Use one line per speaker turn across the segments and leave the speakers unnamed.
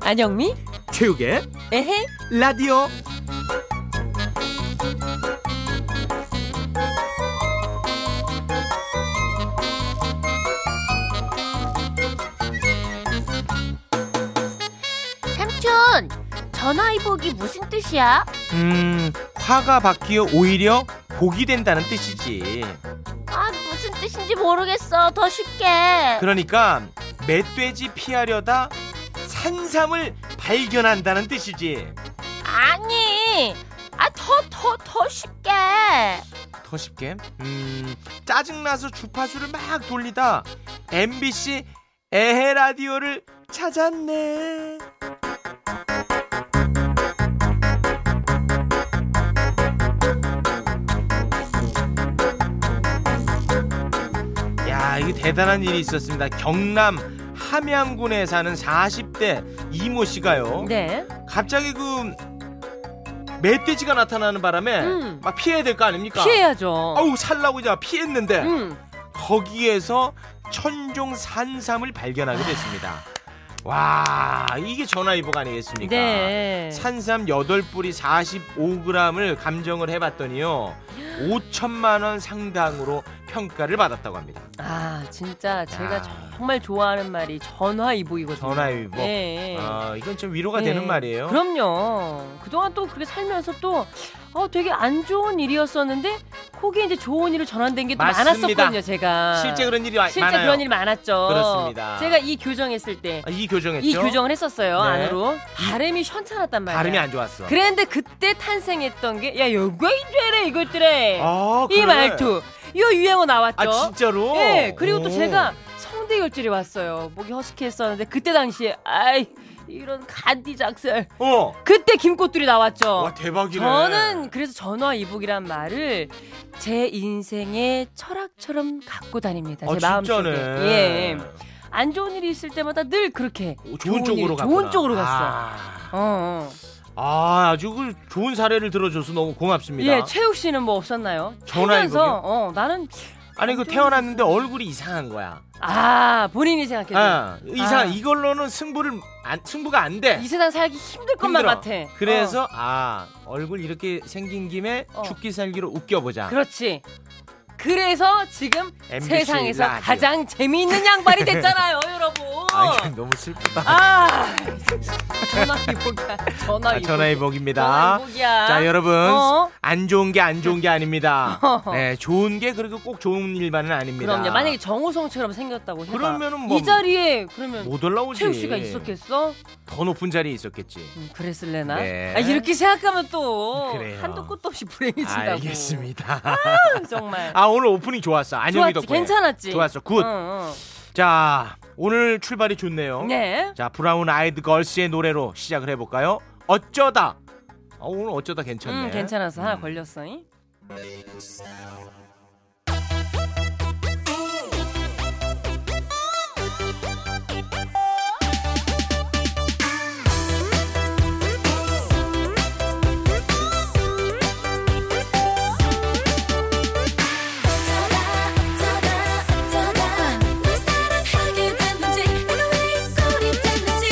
안영미
최욱의
에헤
라디오
삼촌, 전화위복이 무슨 뜻이야?
음 화가 바뀌어 오히려 복이 된다는 뜻이지
아, 무슨 뜻인지 모르겠어. 더 쉽게.
그러니까 멧돼지 피하려다 산삼을 발견한다는 뜻이지
아니, 아, 더, 더, 더 쉽게.
더 쉽게 음 짜증나서 주파수를 막 돌리다 MBC 에헤 라디오를 찾았네 야 이게 대단한 일이 있었습니다 경남 함양군에 사는 40대 이모 씨가요
네
갑자기 그 멧돼지가 나타나는 바람에
음.
막 피해야 될 거
그러니까.
아닙니까?
피해야죠
아우 살라고 이제 피했는데
어. 음.
거기에서 천종 산삼을
아.
발견하게 됐습니다. 와 이게 전화위복 아니겠습니까?
네
산삼 8뿌리 45g을 감정을 해봤더니요 5천만 원 상당으로 평가를 받았다고 합니다.
아 진짜 제가
야.
정말 좋아하는 말이 전화위복이거든요.
전화위복.
예, 예.
아 이건 좀 위로가
예.
되는 말이에요.
그럼요. 그동안 또 그렇게 살면서 또 어, 되게 안 좋은 일이었었는데 그게 이제 좋은 일로 전환된 게 또
맞습니다.
많았었거든요. 제가
실제 그런 일이 와-
실제
많아요.
그런 일이 많았죠.
그렇습니다.
제가 이 교정했을 때 이
아, 이 교정했죠?
교정을 했었어요
네.
안으로 발음이 현찮았단 말이야.
발음이 안 좋았어.
그랬는데 그때 탄생했던 게 야 요거 이제래 이것들에
아,
이
그래?
말투 요 유행어 나왔죠.
아 진짜로?
예, 그리고 또
오.
제가 성대결절이 왔어요. 목이 허스키했었는데 그때 당시에 아이 이런 간디 작살.
어.
그때 김꽃들이 나왔죠.
와 대박이네.
어, 저는 그래서 전화이복이란 말을 제 인생의 철학처럼 갖고 다닙니다. 제
아,
마음속에.
진짜네.
예. 안 좋은 일이 있을 때마다 늘 그렇게
오, 좋은, 쪽으로
일,
갔
좋은 쪽으로 갔어.
아,
어, 어.
아 아주 그 좋은 사례를 들어줘서 너무 고맙습니다.
예, 최욱 씨는 뭐 없었나요?
전화이복이요?
살면서, 어, 나는
아니 그 태어났는데 얼굴이 이상한 거야.
아 본인이 생각해도
아, 이상
아.
이걸로는 승부를 안, 승부가 안 돼.
이 세상 살기 힘들 것만
힘들어.
같아.
그래서 아 얼굴 이렇게 생긴 김에
어.
죽기 살기로 웃겨보자.
어, 그렇지. 그래서 지금
MBC
세상에서
라디오.
가장 재미있는 양반이 됐잖아요, 여러분.
아 이건 너무 슬프다.
아, 전화위복이야.
아,
전화위복.
전화위복입니다.
전화위복이야.
자 여러분
어?
안 좋은 게 안 좋은 게 아닙니다. 네 좋은 게 그리고 꼭 좋은 일만은 아닙니다.
그럼요. 만약에 정우성처럼 생겼다고 해봐.
그러면은 뭐-
이 자리에 그러면
못 올라오지.
최우 씨가 있었겠어?
더 높은 자리에 있었겠지.
음, 그랬을래나?
네. 음,
아, 이렇게 생각하면 또
그래요.
한도 끝도 없이 불행해진다고.
알겠습니다.
정말.
아 오늘 오프닝 좋았어. 안녕이
좋았지,
덕분에.
괜찮았지.
좋았어. 굿.
응, 응.
자 오늘 출발이 좋네요.
네.
자 브라운 아이드 걸스의 노래로 시작을 해볼까요? 어쩌다. 아, 오늘 어쩌다 괜찮네.
음, 괜찮아서 하나 걸렸어. 잉?
어쩌다 어쩌다 널 사랑하게 됐는지 내가 왜 꼴이 됐는지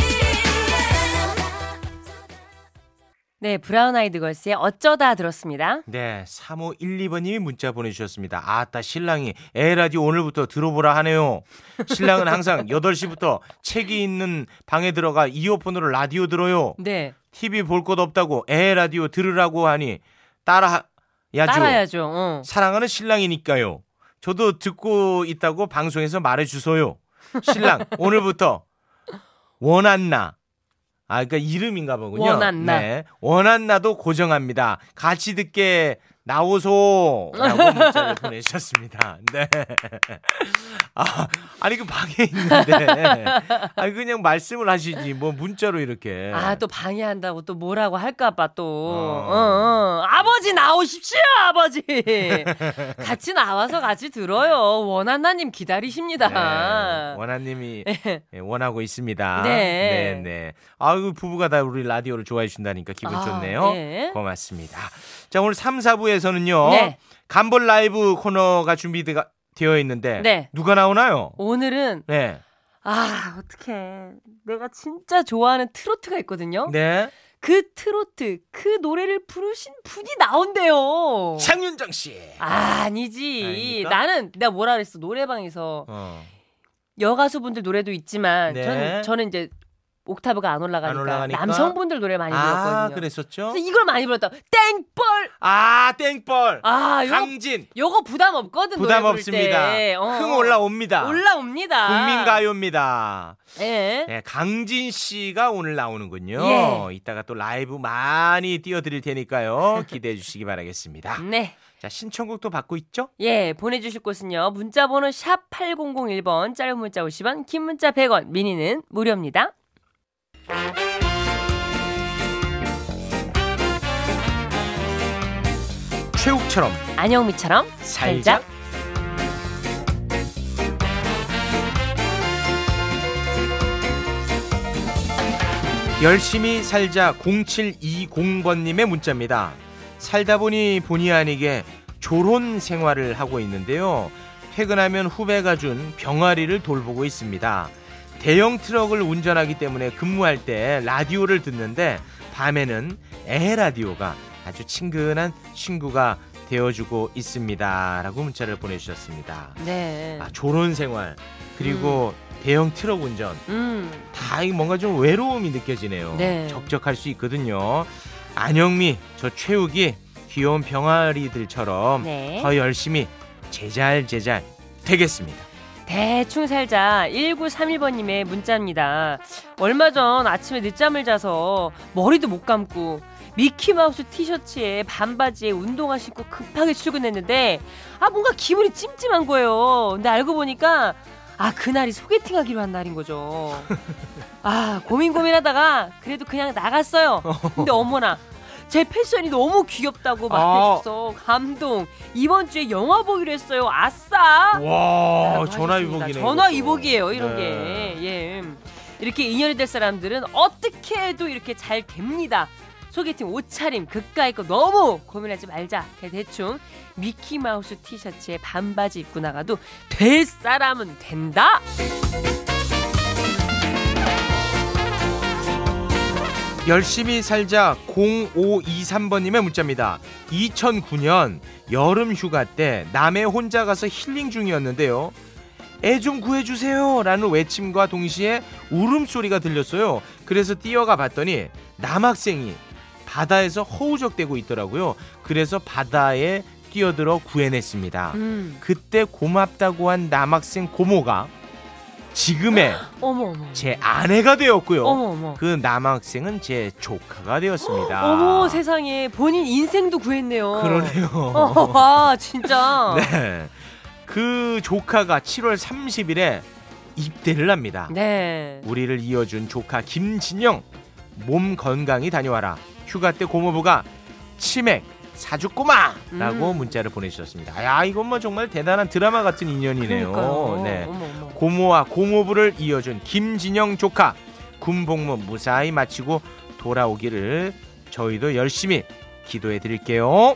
네, 브라운 아이드 걸스의 어쩌다 들었습니다.
네, 3호 1, 2번님이 문자 보내주셨습니다. 아따 신랑이 에라디오 오늘부터 들어보라 하네요. 신랑은 항상 8시부터 책이 있는 방에 들어가 이어폰으로 라디오 들어요.
네.
TV 볼 것 없다고 에 라디오 들으라고 하니 따라야죠.
따라야죠. 어.
사랑하는 신랑이니까요. 저도 듣고 있다고 방송에서 말해 주소요. 신랑 오늘부터 원한나 아 그러니까 이름인가 보군요.
원한나.
네. 원한나도 고정합니다. 같이 듣게 나오소라고 문자를 보내주셨습니다. 네. 아, 아니 그 방에 있는데 아니 그냥 말씀을 하시지 뭐 문자로 이렇게
아 또 방해한다고 또 뭐라고 할까봐 또
어.
어, 어. 아버지 나오십시오 아버지 같이 나와서 같이 들어요 원한나님
네,
기다리십니다
원하님이 예, 원하고 있습니다.
아.
네,
네.
네. 아유, 부부가 다 우리 라디오를 좋아해 준다니까 기분
아,
좋네요.
네.
고맙습니다. 자, 오늘 3, 4부에서는요.
네.
간볼 라이브 코너가 준비되어 있는데
네.
누가 나오나요?
오늘은
네.
아, 어떡해. 내가 진짜 좋아하는 트로트가 있거든요.
네.
그 트로트, 그 노래를 부르신 분이 나온대요.
장윤정 씨.
아, 아니지.
아닙니까?
나는 내가 뭐라 그랬어. 노래방에서
어.
여가수분들 노래도 있지만
네.
저는 저는 이제 옥타브가 안
안
올라가니까,
올라가니까?
남성분들 노래 많이
아,
불렀거든요.
그랬었죠?
그래서 이걸 많이 불렀다. 땡벌.
아, 땡벌.
아, 요거
강진.
요거 부담 없거든.
부담
노래 부를
없습니다.
때. 어.
흥 올라옵니다.
올라옵니다.
국민가요입니다.
예.
네, 강진 씨가 오늘 나오는군요.
예.
이따가 또 라이브 많이 띄워드릴 테니까요. 기대해 주시기 바라겠습니다.
네.
자, 신청곡도 받고 있죠?
예, 보내주실 곳은요. 문자번호 샵 8001번, 짧은 문자 50원, 긴 문자 100원, 미니는 무료입니다.
최욱처럼
안영미처럼
살자.
살자.
열심히 살자 0720번님의 문자입니다. 살다 보니 본의 아니게 조론 생활을 하고 있는데요. 퇴근하면 후배가 준 병아리를 돌보고 있습니다. 대형 트럭을 운전하기 때문에 근무할 때 라디오를 듣는데 밤에는 애 라디오가 아주 친근한 친구가 되어주고 있습니다라고 문자를 보내주셨습니다.
네.
아, 조론 생활 그리고 대형 트럭 운전
음,
다 이게 뭔가 좀 외로움이 느껴지네요.
네.
적적할 수 있거든요. 안영미 저 최욱이 귀여운 병아리들처럼
네.
더 열심히 제잘 제잘 되겠습니다.
대충 살자 1931번님의 문자입니다. 얼마 전 아침에 늦잠을 자서 머리도 못 감고 미키마우스 티셔츠에 반바지에 운동화 신고 급하게 출근했는데 아 뭔가 기분이 찜찜한 거예요. 근데 알고 보니까 아 그날이 소개팅하기로 한 날인 거죠. 아 고민 고민하다가 그래도 그냥 나갔어요. 근데 어머나 제 패션이 너무 귀엽다고 말해줘서 감동. 이번 주에 영화 보기로 했어요. 아싸.
와
라고
어, 전화
하셨습니다.
위복이네요.
전화
이것도.
위복이에요, 이런
네.
게. 예. 이렇게 인연이 될 사람들은 어떻게 해도 이렇게 잘 됩니다. 소개팅 옷차림 그까이 거 너무 고민하지 말자. 그냥 대충 미키마우스 티셔츠에 반바지 입고 나가도 될 사람은 된다.
열심히 살자 0523번님의 문자입니다. 2009년 여름 휴가 때 남해 혼자 가서 힐링 중이었는데요. 애 좀 구해주세요 라는 외침과 동시에 울음소리가 들렸어요. 그래서 뛰어가 봤더니 남학생이 바다에서 허우적대고 있더라고요. 그래서 바다에 뛰어들어 구해냈습니다.
음.
그때 고맙다고 한 남학생 고모가 지금의
어머 어머.
제 아내가 되었고요.
어머 어머.
그 남학생은 제 조카가 되었습니다.
어머 세상에 본인 인생도 구했네요.
그러네요.
어, 와 진짜.
네. 그 조카가 7월 30일에 입대를 합니다.
네.
우리를 이어준 조카 김진영 몸 건강히 다녀와라. 휴가 때 고모부가 치맥 사주 꼬마라고
음.
문자를 보내주셨습니다. 야 이건 뭐 정말 대단한 드라마 같은 인연이네요.
그러니까요.
네.
어머 어머.
고모와 고모부를 이어준 김진영 조카 군복무 무사히 마치고 돌아오기를 저희도 열심히 기도해 드릴게요.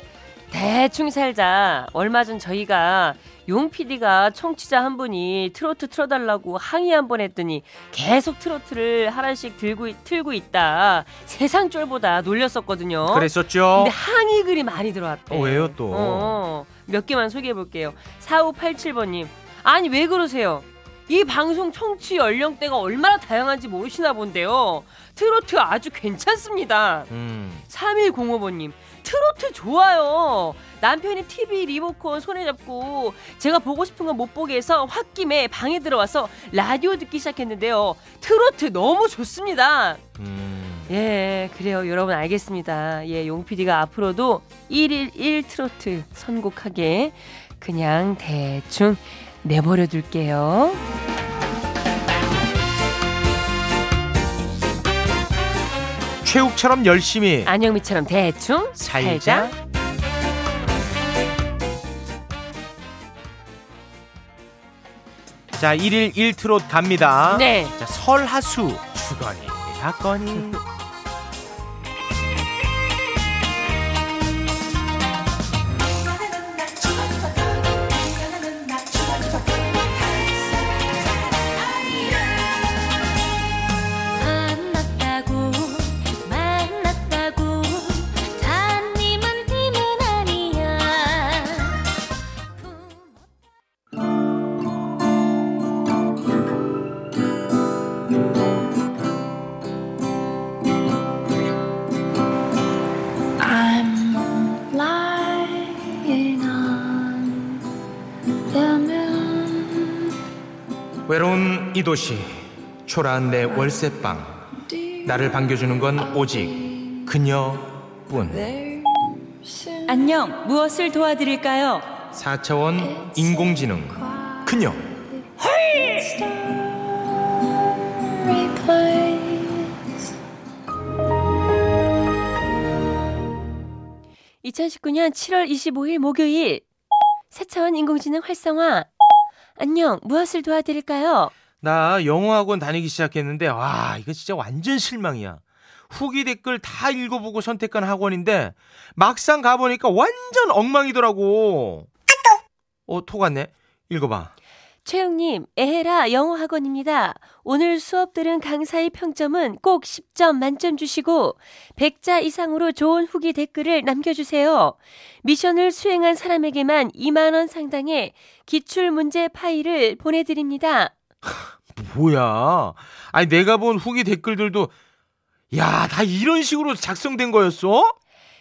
대충 살자. 얼마 전 저희가 용 PD가 청취자 한 분이 트로트 틀어달라고 항의 한 번 했더니 계속 트로트를 하나씩 들고 있- 틀고 있다. 세상 쫄보다 놀렸었거든요.
그랬었죠.
근데 항의 글이 많이 들어왔대.
어, 왜요, 또?
어, 몇 개만 소개해 볼게요. 4587번님. 아니 왜 그러세요? 이 방송 청취 연령대가 얼마나 다양한지 모르시나 본데요. 트로트 아주 괜찮습니다.
음.
3105번님 트로트 좋아요 남편이 TV 리모컨 손에 잡고 제가 보고 싶은 건 못 보게 해서 홧김에 방에 들어와서 라디오 듣기 시작했는데요 트로트 너무 좋습니다
음.
예 그래요 여러분 알겠습니다 예용 PD가 앞으로도 111 트로트 선곡하게 그냥 대충 내버려 둘게요
최욱처럼 열심히
안영미처럼 대충
살자.
아, 살자.
자, 1일 1트롯 갑니다.
네
자, 설하수 주거니 사건이
나
외로운 이 도시 초라한 내 월세방 나를 반겨주는 건 오직 그녀뿐
안녕, 무엇을 도와드릴까요?
4차원 인공지능 그녀
replace
2019년 7월 25일 목요일 세차원 인공지능 활성화 안녕 무엇을 도와드릴까요?
나 영어학원 다니기 시작했는데 와 이거 진짜 완전 실망이야. 후기 댓글 다 읽어보고 선택한 학원인데 막상 가보니까 완전 엉망이더라고. 어, 토 같네. 읽어봐.
최영님 에헤라 영어학원입니다. 오늘 수업 들은 강사의 평점은 꼭 10점 만점 주시고 100자 이상으로 좋은 후기 댓글을 남겨주세요. 미션을 수행한 사람에게만 2만원 상당의 기출문제 파일을 보내드립니다.
뭐야. 아니 내가 본 후기 댓글들도 야, 다 이런 식으로 작성된 거였어?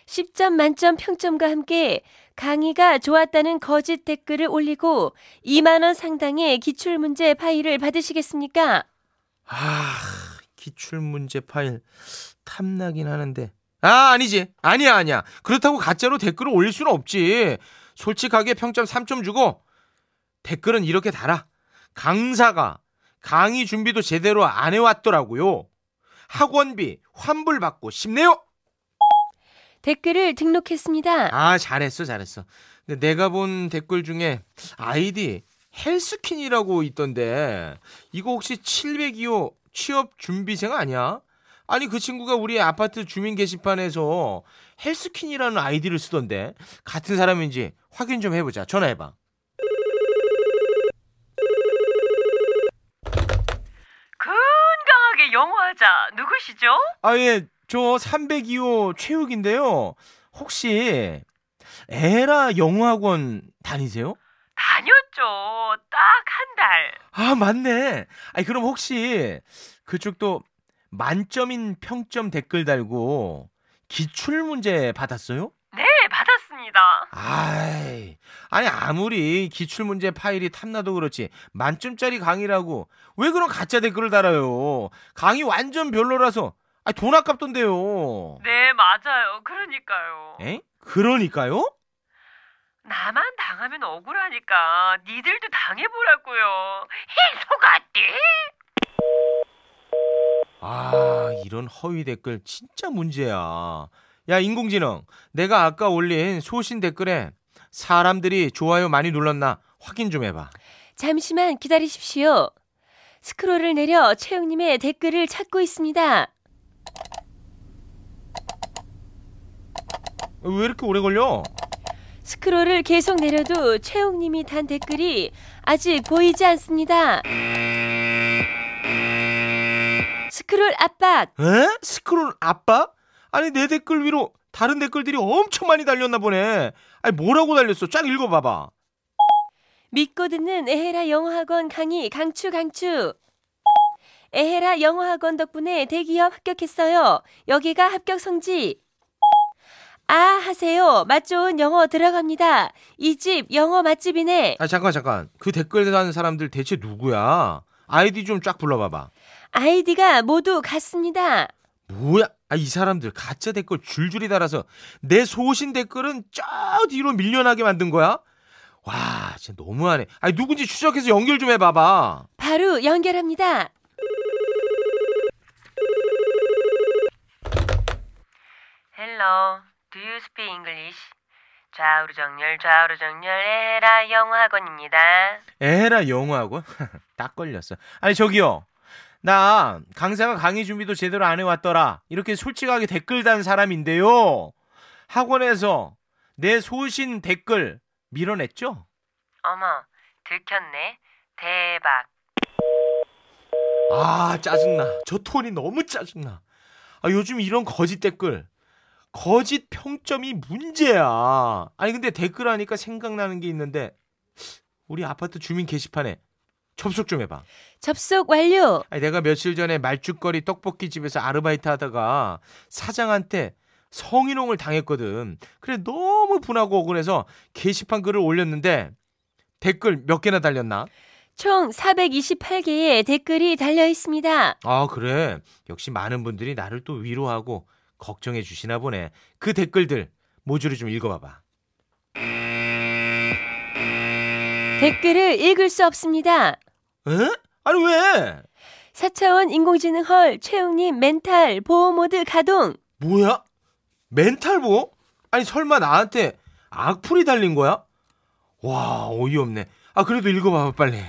10점 만점 평점과 함께 강의가 좋았다는 거짓 댓글을 올리고 2만원 상당의 기출문제 파일을 받으시겠습니까?
아, 기출 문제 파일 탐나긴 하는데. 아, 아니지. 아니야, 아니야. 그렇다고 가짜로 댓글을 올릴 수는 없지. 솔직하게 평점 3점 주고 댓글은 이렇게 달아. 강사가 강의 준비도 제대로 안 해왔더라고요. 학원비 환불받고 싶네요.
댓글을 등록했습니다.
아, 잘했어, 잘했어. 근데 내가 본 댓글 중에 아이디 헬스킨이라고 있던데 이거 혹시 702호 취업 준비생 아니야? 아니 그 친구가 우리 아파트 주민 게시판에서 헬스킨이라는 아이디를 쓰던데 같은 사람인지 확인 좀 해보자. 전화해봐.
건강하게 영어하자 누구시죠?
아 예, 저 302호 최욱인데요. 혹시 에라 영어학원 다니세요?
다녔죠. 딱 한 달.
아, 맞네. 아니, 그럼 혹시 그쪽도 만점인 평점 댓글 달고 기출 문제 받았어요?
네, 받았습니다.
아이, 아니 아무리 기출 문제 파일이 탐나도 그렇지 만점짜리 강의라고 왜 그런 가짜 댓글을 달아요? 강의 완전 별로라서 아, 돈 아깝던데요.
네, 맞아요. 그러니까요.
에? 그러니까요?
나만 당하면 억울하니까 니들도 당해보라고요. 히, 속았디?
아, 이런 허위 댓글 진짜 문제야. 야, 인공지능. 내가 아까 올린 소신 댓글에 사람들이 좋아요 많이 눌렀나 확인 좀 해봐.
잠시만 기다리십시오. 스크롤을 내려 최영님의 댓글을 찾고 있습니다.
왜 이렇게 오래 걸려?
스크롤을 계속 내려도 최영님이 단 댓글이 아직 보이지 않습니다. 스크롤 압박!
에? 스크롤 아빠? 아니, 내 댓글 위로 다른 댓글들이 엄청 많이 달렸나 보네. 아니, 뭐라고 달렸어? 쫙 읽어봐봐.
믿고 듣는 에헤라 영어학원 강의 강추 강추. 에헤라 영어학원 덕분에 대기업 합격했어요. 여기가 합격 성지. 아 하세요. 맛 좋은 영어 들어갑니다. 이 집 영어 맛집이네.
아, 잠깐, 잠깐. 그 댓글 다는 사람들 대체 누구야? 아이디 좀 쫙 불러봐봐.
아이디가 모두 같습니다.
뭐야? 아, 이 사람들 가짜 댓글 줄줄이 달아서 내 소신 댓글은 저 뒤로 밀려나게 만든 거야? 와, 진짜 너무하네. 아니, 누군지 추적해서 연결 좀 해봐봐.
바로 연결합니다. Hello, do you speak English? 좌우로 정렬, 좌우로 정렬, 에라 영어학원입니다.
에라, 영어하고? 딱 걸렸어. 아니, 저기요. 나 강사가 강의 준비도 제대로 안 해왔더라. 이렇게 솔직하게 댓글 단 사람인데요. 학원에서 내 소신 댓글 밀어냈죠?
어머, 들켰네. 대박.
아 짜증나 저 톤이 너무 짜증나 아 요즘 이런 거짓 댓글 거짓 평점이 문제야 아니 근데 댓글 하니까 생각나는 게 있는데 우리 아파트 주민 게시판에 접속 좀 해봐
접속 완료.
아니 내가 며칠 전에 말죽거리 떡볶이 집에서 아르바이트 하다가 사장한테 성희롱을 당했거든 그래 너무 분하고 억울해서 게시판 글을 올렸는데 댓글 몇 개나 달렸나
총 428개의 댓글이 달려 있습니다.
아, 그래. 역시 많은 분들이 나를 또 위로하고 걱정해 주시나 보네. 그 댓글들 모조리 좀 읽어봐봐.
댓글을 읽을 수 없습니다.
에? 아니 왜?
4차원 인공지능 헐 최웅님 멘탈 보호 모드 가동.
뭐야? 멘탈 보호? 아니 설마 나한테 악플이 달린 거야? 와 어이없네. 아 그래도 읽어봐봐 빨리.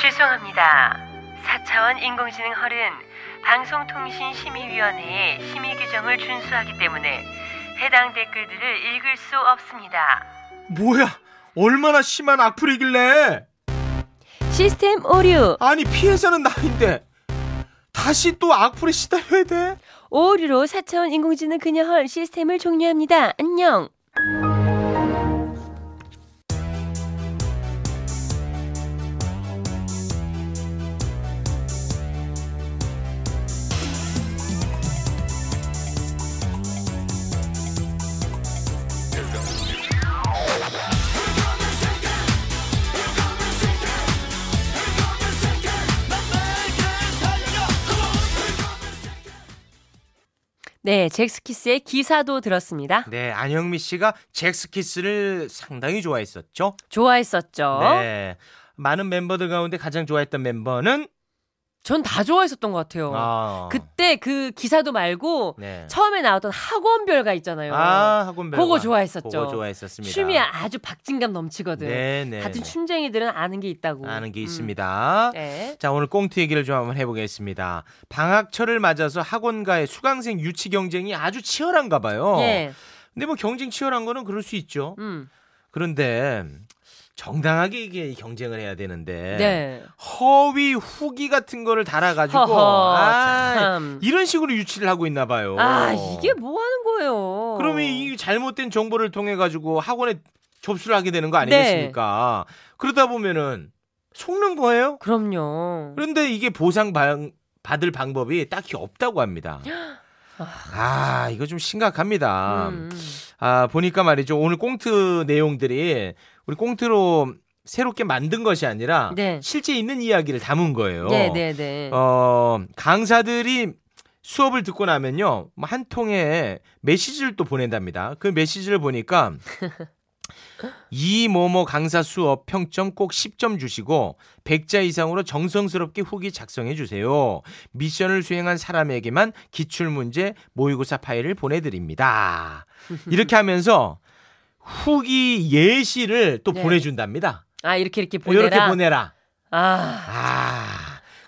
죄송합니다. 4차원 인공지능 헐은 방송통신심의위원회의 심의 규정을 준수하기 때문에 해당 댓글들을 읽을 수 없습니다.
뭐야? 얼마나 심한 악플이길래?
시스템 오류.
아니 피해자는 나인데 다시 또 악플에 시달려야 돼?
오류로 4차원 인공지능 그녀 헐 시스템을 종료합니다. 안녕. 네, 잭스키스의 기사도 들었습니다.
네 안영미 씨가 잭스키스를 상당히 좋아했었죠.
좋아했었죠.
네 많은 멤버들 가운데 가장 좋아했던 멤버는
전 다 좋아했었던 것 같아요.
아,
어, 그때 그 기사도 말고
네.
처음에 나왔던 학원별가 있잖아요.
아 학원별
그거 좋아했었죠.
그거 좋아했었습니다.
춤이 아주 박진감 넘치거든.
네네.
같은 춤쟁이들은 아는 게 있다고.
아는 게
음.
있습니다.
네.
자 오늘 꽁트 얘기를 좀 한번 해보겠습니다. 방학철을 맞아서 학원가의 수강생 유치 경쟁이 아주 치열한가 봐요.
예.
근데 뭐 경쟁 치열한 거는 그럴 수 있죠.
음.
그런데 정당하게 이게 경쟁을 해야 되는데
네.
허위 후기 같은 거를 달아가지고
허허,
아,
참.
이런 식으로 유치를 하고 있나 봐요.
아 이게 뭐 하는 거예요?
그러면 이 잘못된 정보를 통해 가지고 학원에 접수를 하게 되는 거 아니겠습니까?
네.
그러다 보면은 속는 거예요.
그럼요.
그런데 이게 보상 방- 받을 방법이 딱히 없다고 합니다. 아, 이거 좀 심각합니다.
음.
아, 보니까 말이죠. 오늘 꽁트 내용들이 우리 꽁트로 새롭게 만든 것이 아니라
네.
실제 있는 이야기를 담은 거예요.
네네네.
어, 강사들이 수업을 듣고 나면요. 뭐한 통에 메시지를 또 보낸답니다. 그 메시지를 보니까 이모모 강사 수업 평점 꼭 10점 주시고 100자 이상으로 정성스럽게 후기 작성해 주세요. 미션을 수행한 사람에게만 기출 문제 모의고사 파일을 보내 드립니다. 이렇게 하면서 후기 예시를 또
네.
보내 준답니다. 뭐
아 이렇게 이렇게 보내라.
어, 이렇게 보내라.
아
아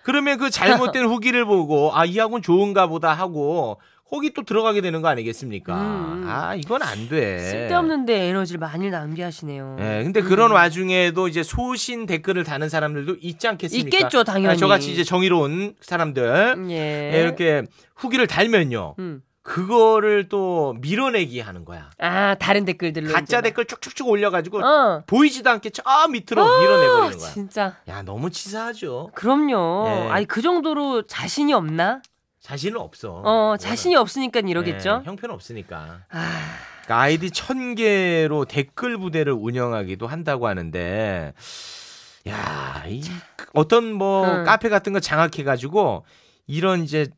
그러면 그 잘못된 후기를 보고 아 이 학원 좋은가 보다 하고 거기 또 들어가게 되는 거 아니겠습니까?
음.
아 이건 안 돼.
쓸데없는데 음. 에너지를 많이 낭비하시네요.
예, 근데 그런 와중에도 이제 소신 댓글을 다는 사람들도 있지 않겠습니까?
있겠죠, 당연히.
아, 저같이 이제 정의로운 사람들
예.
예, 이렇게 후기를 달면요,
음.
그거를 또 밀어내기 하는 거야.
아 다른 댓글들로
가짜
이제
댓글 쭉쭉쭉 올려가지고
막. 어. 아,
보이지도 않게 저 밑으로 밀어내버리는 거야.
진짜.
야 너무 치사하죠.
그럼요.
예.
아니 그 정도로 자신이 없나?
자신은 없어.
어,
그거는.
자신이 없으니까 이러겠죠.
네, 형편 없으니까.
아,
그러니까 아이디 천 개로 댓글 부대를 운영하기도 한다고 하는데, 야, 이 어떤 뭐
음.
카페 같은 거 장악해가지고 이런 이제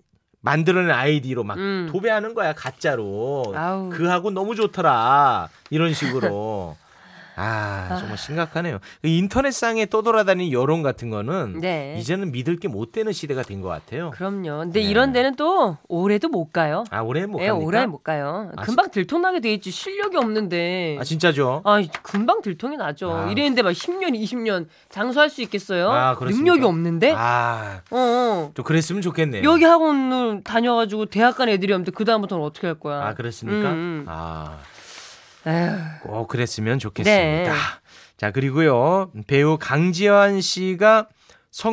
만들어낸 아이디로 막
음.
도배하는 거야 가짜로.
아우.
그하고 너무 좋더라 이런 식으로. 아 정말 심각하네요. 그 인터넷상에 떠돌아다니는 여론 같은 거는
네.
이제는 믿을 게 못 되는 시대가 된 것 같아요.
그럼요. 근데
네.
이런 데는 또 올해도 못 가요.
아 올해 못
예,
갑니까?
올해 못 가요.
아,
금방 들통나게 돼 있지 실력이 없는데.
아 진짜죠?
아, 금방 들통이 나죠.
아.
이랬는데 막 10년, 20년 장수할 수 있겠어요?
아, 그렇습니까?
능력이 없는데?
아,
어, 어.
좀 그랬으면 좋겠네요.
여기 학원을 다녀가지고 대학 간 애들이 없는데 그 다음부터는 어떻게 할 거야?
아, 그렇습니까?
음, 음.
아,
에휴,
꼭 그랬으면 좋겠습니다.
네.
자, 그리고요. 배우 강지환 씨가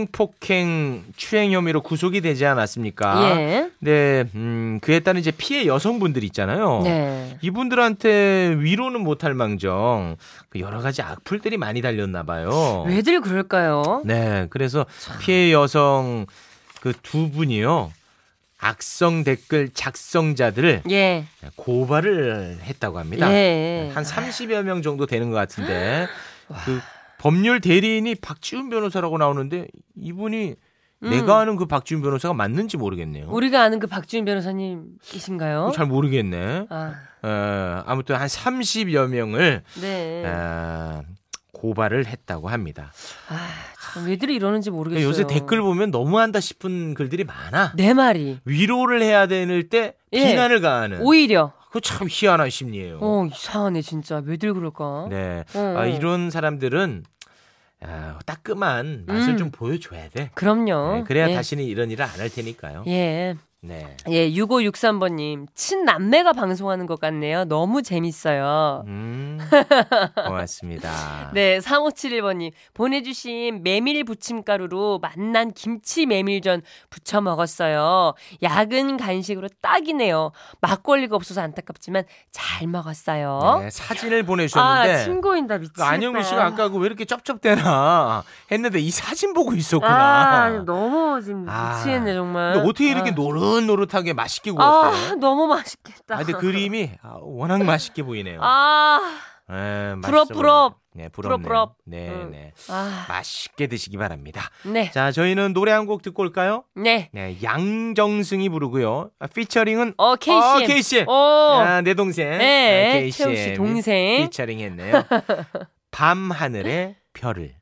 성폭행 추행 혐의로 구속이 되지 않았습니까?
예.
네, 음, 그에 따른 이제 피해 여성분들 있잖아요.
네.
이분들한테 위로는 못할 망정 그 여러 가지 악플들이 많이 달렸나 봐요.
왜들 그럴까요?
네, 그래서 피해 여성 그 두 분이요. 악성 댓글 작성자들을
예.
고발을 했다고 합니다.
예.
한 30여 명 정도 되는 것 같은데 그 법률 대리인이 박지훈 변호사라고 나오는데 이분이 내가 아는 그 박지훈 변호사가 맞는지 모르겠네요.
음. 우리가 아는 그 박지훈 변호사님이신가요?
잘 모르겠네.
아,
어, 아무튼 한 30여 명을
네.
아, 고발을 했다고 합니다. 그러니까
아, 참 왜들 이러는지 모르겠어요. 네
요새 댓글 보면 너무한다 싶은 글들이 많아.
내 말이
위로를 해야 되는 때
예.
비난을 가하는.
오히려
그거 참 희한한 심리예요.
어 이상하네 진짜 왜들 그럴까?
네.
어,
아,
어.
이런 사람들은 아, 따끔한 맛을
음.
좀 보여줘야 돼.
그럼요.
네, 그래야
예.
다시는 이런 일을 안 할 테니까요.
예.
네.
예, 6563번님. 친남매가 방송하는 것 같네요. 너무 재밌어요.
음, 고맙습니다.
네, 3571번님. 보내주신 메밀 부침가루로 만난 김치 메밀전 부쳐 먹었어요. 야근 간식으로 딱이네요. 막걸리가 없어서 안타깝지만 잘 먹었어요.
네, 사진을 보내주셨는데.
아, 친구인다, 미치겠다.
안영미 씨가 아까 그 왜 이렇게 쩝쩝대나 했는데 이 사진 보고 있었구나.
아, 너무 지금
아.
미치겠네, 정말.
근데 어떻게 이렇게
아.
노릇노릇하게 맛있게
아,
구웠대?
너무 맛있겠다.
아, 근데 그림이 아, 워낙 맛있게 보이네요.
아,
예, 맛있어
부럽, 부럽.
보이네요. 네, 부럽네요.
부럽.
네,
음.
네.
아.
맛있게 드시기 바랍니다.
네.
자, 저희는 노래 한 곡 듣고 올까요?
네.
네, 양정승이 부르고요. 아, 피처링은
어, 케이
어,
씨.
KCM.
오.
아, 내 동생.
네,
아, KCM 이
최욱 씨 동생.
피처링 했네요. 밤 하늘의 별을.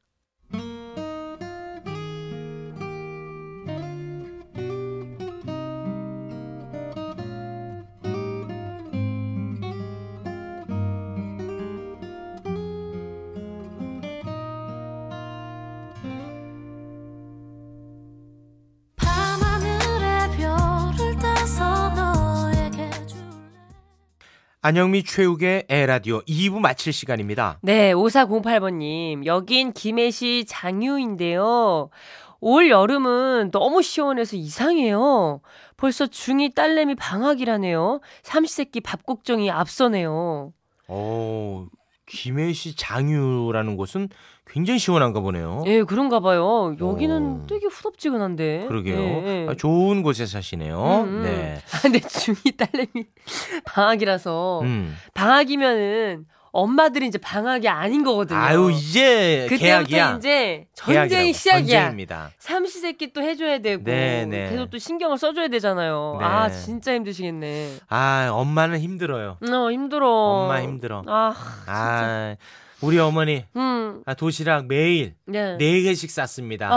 밤하늘의 별을 따서 너에게 줄래
안영미 최욱의 에라디오 2부 마칠 시간입니다.
네, 5408번님. 여긴 김해시 장유인데요. 올 여름은 너무 시원해서 이상해요. 벌써 중2 딸내미 방학이라네요. 삼시세끼 밥 걱정이 앞서네요.
오, 김해시 장유라는 곳은 굉장히 시원한가 보네요.
예, 그런가 봐요. 여기는
어? 오.
되게 후덥지근한데.
그러게요.
예, 예.
아, 좋은 곳에 사시네요.
음, 음.
네.
아, 근데 중2 딸내미 방학이라서.
음.
방학이면은 엄마들이 이제 방학이 아닌 거거든요.
아유 이제
그때부터
계약이야.
이제
계약이라고,
전쟁이 시작이야.
전쟁입니다.
삼시세끼 또 해줘야 되고
네, 네.
계속 또 신경을 써줘야 되잖아요.
네.
아 진짜 힘드시겠네.
아 엄마는 힘들어요.
음, 어 힘들어.
엄마 힘들어.
아,
아 우리 어머니
음,
아, 도시락 매일
네.
네 개씩 쌌습니다.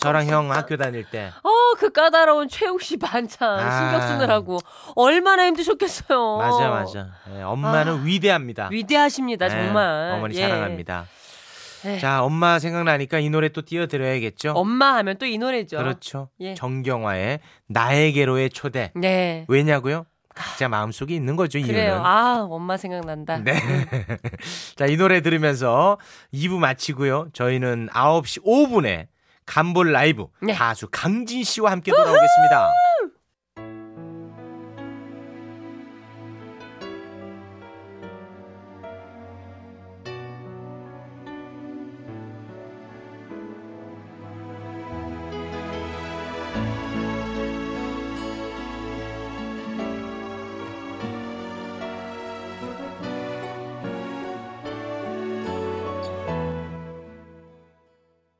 저랑 형 학교 다닐 때.
어, 그 까다로운 최욱 씨 반찬
아.
신경 쓰느라고 얼마나 힘드셨겠어요.
맞아 맞아. 예, 엄마는 위대합니다.
위대하십니다
예,
정말.
어머니
예.
사랑합니다.
예.
자 엄마 생각나니까 이 노래 또 띄워드려야겠죠.
엄마 하면 또 이 노래죠.
그렇죠.
예.
정경화의 나에게로의 초대.
네.
왜냐고요? 각자 마음속에 있는 거죠, 이유는.
그래요. 아, 엄마 생각난다.
네. 자, 이 노래 들으면서 2부 마치고요. 저희는 9시 5분에 간볼 라이브
네.
가수 강진 씨와 함께 돌아오겠습니다.